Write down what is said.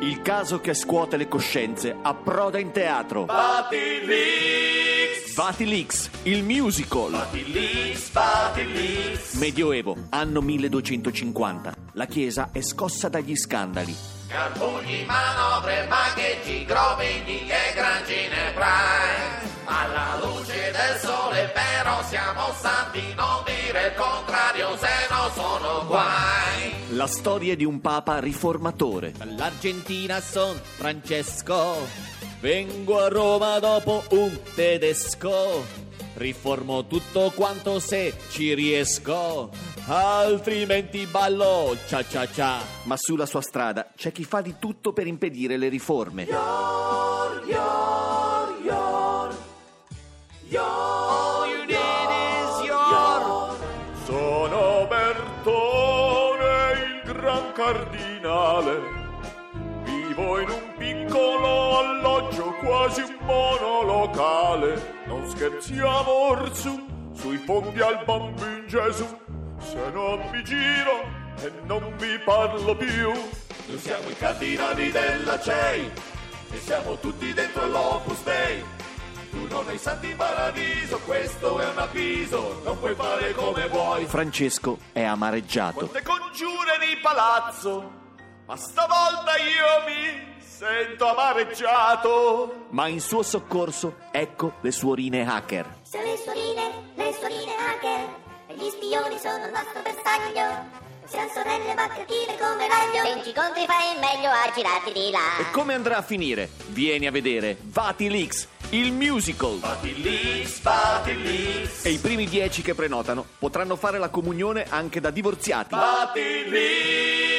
Il caso che scuote le coscienze approda in teatro. Batilix, Vatilix, il musical. Batilix, Batilix. Medioevo, anno 1250. La Chiesa è scossa dagli scandali. Carbugli, manovre, magheggi, grovigli e grangine prime. Alla luce del sole però siamo santi, non dire il contrario se no sono guai. La storia di un papa riformatore. Dall'Argentina son Francesco, vengo a Roma dopo un tedesco. Riformo tutto quanto se ci riesco, altrimenti ballo cia cia cia. Ma sulla sua strada c'è chi fa di tutto per impedire le riforme. Sono Bertone il gran cardinale, vivo in un piccolo alloggio quasi un monolocale. Non scherziamo orsù sui fondi al bambino Gesù, se non mi giro e non mi parlo più. Noi siamo i cardinali della CEI e siamo tutti dentro l'Opus Dei. Tu non hai santi in paradiso, questo è un avviso, non puoi fare come vuoi. Francesco è amareggiato. Quante congiure di palazzo, ma stavolta io mi sento amareggiato. Ma in suo soccorso ecco le suorine hacker. Se le sorine, le sorine hacker, e gli spioni sono il nostro bersaglio. Siamo sorelle ma cattive come l'aglio. Se ci incontri fai meglio a girarti di là. E come andrà a finire? Vieni a vedere Vatilix, il musical. Batilix, Batilix, E i primi dieci che prenotano potranno fare la comunione anche da divorziati. Batilix.